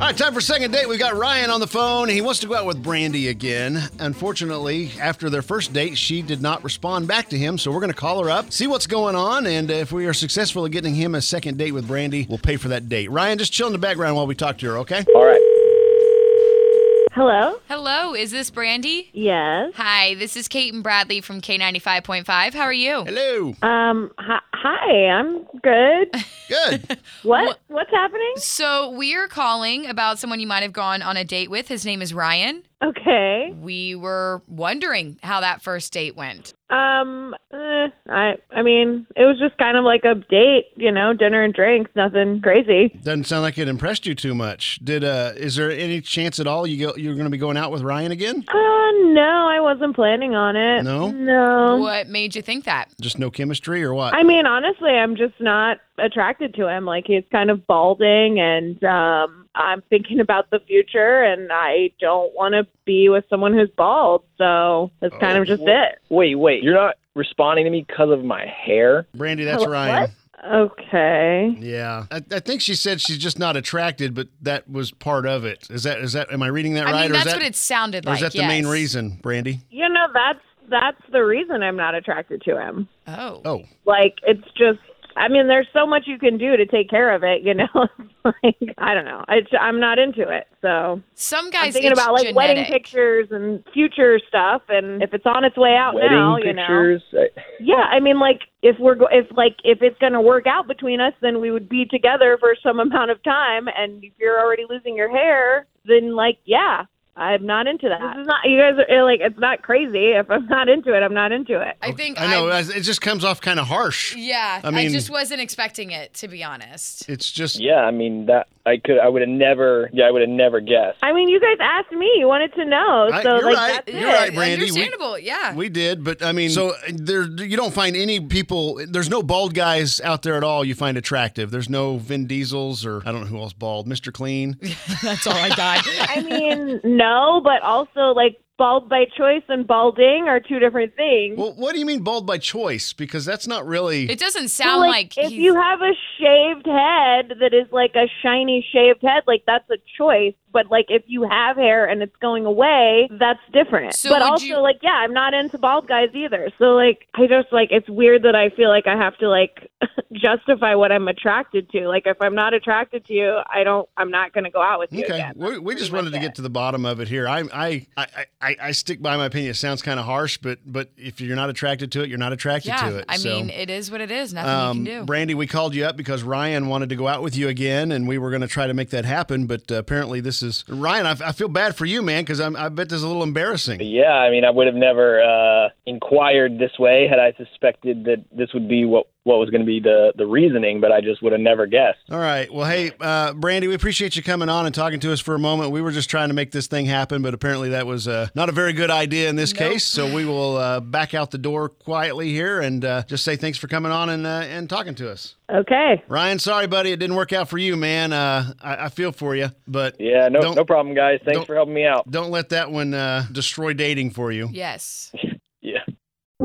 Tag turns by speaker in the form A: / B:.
A: All right, time for second date. We've got Ryan on the phone. He wants to go out with Brandy again. Unfortunately, after their first date, she did not respond back to him. So we're going to call her up, see what's going on, and if we are successful at getting him a second date with Brandy, we'll pay for that date. Ryan, just chill in the background while we talk to her, okay?
B: All right.
C: Hello?
D: Hello, is this Brandy?
C: Yes.
D: Hi, this is Kate and Bradley from K95.5. How are you?
A: Hello.
C: Um hi, hi I'm good.
A: Good.
C: What? What's happening?
D: So, we are calling about someone you might have gone on a date with. His name is Ryan.
C: Okay.
D: We were wondering how that first date went.
C: Um eh, I I mean, it was just kind of like a date, you know, dinner and drinks, nothing crazy.
A: Doesn't sound like it impressed you too much. Did uh is there any chance at all you go you're going to be going out with Ryan again?
C: Uh no, I wasn't planning on it.
A: No?
C: No.
D: What made you think that?
A: Just no chemistry or what?
C: I mean, honestly, I'm just not attracted to him. Like he's kind of balding and um I'm thinking about the future and I don't want to be with someone who's bald. So, that's kind of just it.
B: Wait, wait. You're not responding to me because of my hair?
A: Brandy, that's
C: Hello,
A: Ryan.
C: what? Okay.
A: Yeah, I, I think she said she's just not attracted, but that was part of it. Is that is that? Am I reading that
D: I
A: right?
D: mean,
A: or is
D: that's
A: that,
D: what it sounded
A: or
D: like.
A: is that the main
D: yes.
A: reason, Brandy?
C: You know, that's that's the reason I'm not attracted to him.
D: Oh.
A: Oh,
C: Like it's just I mean, there's so much you can do to take care of it, you know. like I don't know. I I'm not into it. So,
D: Some
C: I'm
D: guys
C: thinking
D: it's
C: about like
D: genetic.
C: wedding pictures and future stuff and if it's on its way out
B: Wedding
C: now, you know.
B: pictures? I-
C: Yeah, I mean like if we're go- if like if it's going to work out between us, then we would be together for some amount of time and if you're already losing your hair, then like yeah, I'm not into that. This is not you guys are like it's not crazy. If I'm not into it, I'm not into it.
D: I think
A: I know.
D: I'm-
A: It just comes off kind of harsh.
D: yeah,
A: I mean-
D: just wasn't expecting it, to be honest.
A: It's just
B: yeah, I mean that I could I would have never yeah, I would have never guessed.
C: I mean, you guys asked me. You wanted to know.
A: I-
C: So
A: you're
C: like
A: right.
C: that's
A: You're
C: it.
A: right, Brandy. We-
D: Understandable, yeah.
A: we did, but I mean, so uh, there you don't find any people. There's no bald guys out there at all. You find attractive. There's no Vin Diesels or I don't know who else bald. Mr. Clean.
D: that's all I got.
C: I mean, no, but also like bald by choice and balding are two different things.
A: Well, what do you mean bald by choice? Because that's not really.
D: it doesn't
C: So,
D: sound
C: like,
D: like,
C: if
D: he's-
C: you have a shaved head that is like a shiny shaved head, like that's a choice. But like if you have hair and it's going away, that's different.
D: So
C: but
D: would
C: also
D: you-
C: like yeah, I'm not into bald guys either. So like I just like it's weird that I feel like I have to like justify what I'm attracted to. Like if I'm not attracted to you, I don't I'm not going to go out with you
A: Okay,
C: again.
A: we, we just
C: much
A: wanted to get
C: it.
A: to the bottom of it here. I I, I, I I stick by my opinion. It sounds kind of harsh, but but if you're not attracted to it, you're not attracted
D: yeah,
A: to it.
D: I
A: So, Um,
D: mean, it is what it is. Nothing you can do.
A: Brandy, we called you up because Ryan wanted to go out with you again, and we were going to try to make that happen. But uh, apparently, this is Ryan. I, I feel bad for you, man, because I bet this is a little embarrassing.
B: Yeah, I mean I would have never uh inquired this way had I suspected that this would be what what was going to be the the reasoning, but I just would have never guessed.
A: All right. Well, hey, uh, Brandy, we appreciate you coming on and talking to us for a moment. We were just trying to make this thing happen, but apparently that was uh, not a very good idea in this case. So we will uh, back out the door quietly here and uh, just say thanks for coming on and uh, and talking to us.
C: Okay.
A: Ryan, sorry, buddy, it didn't work out for you, man. Uh, I, I feel for you, but
B: Yeah, no
A: Don't-
B: no problem guys. Thanks
A: don't-
B: for helping me out.
A: don't let that one uh, destroy dating for you.
D: Yes.
B: Yeah.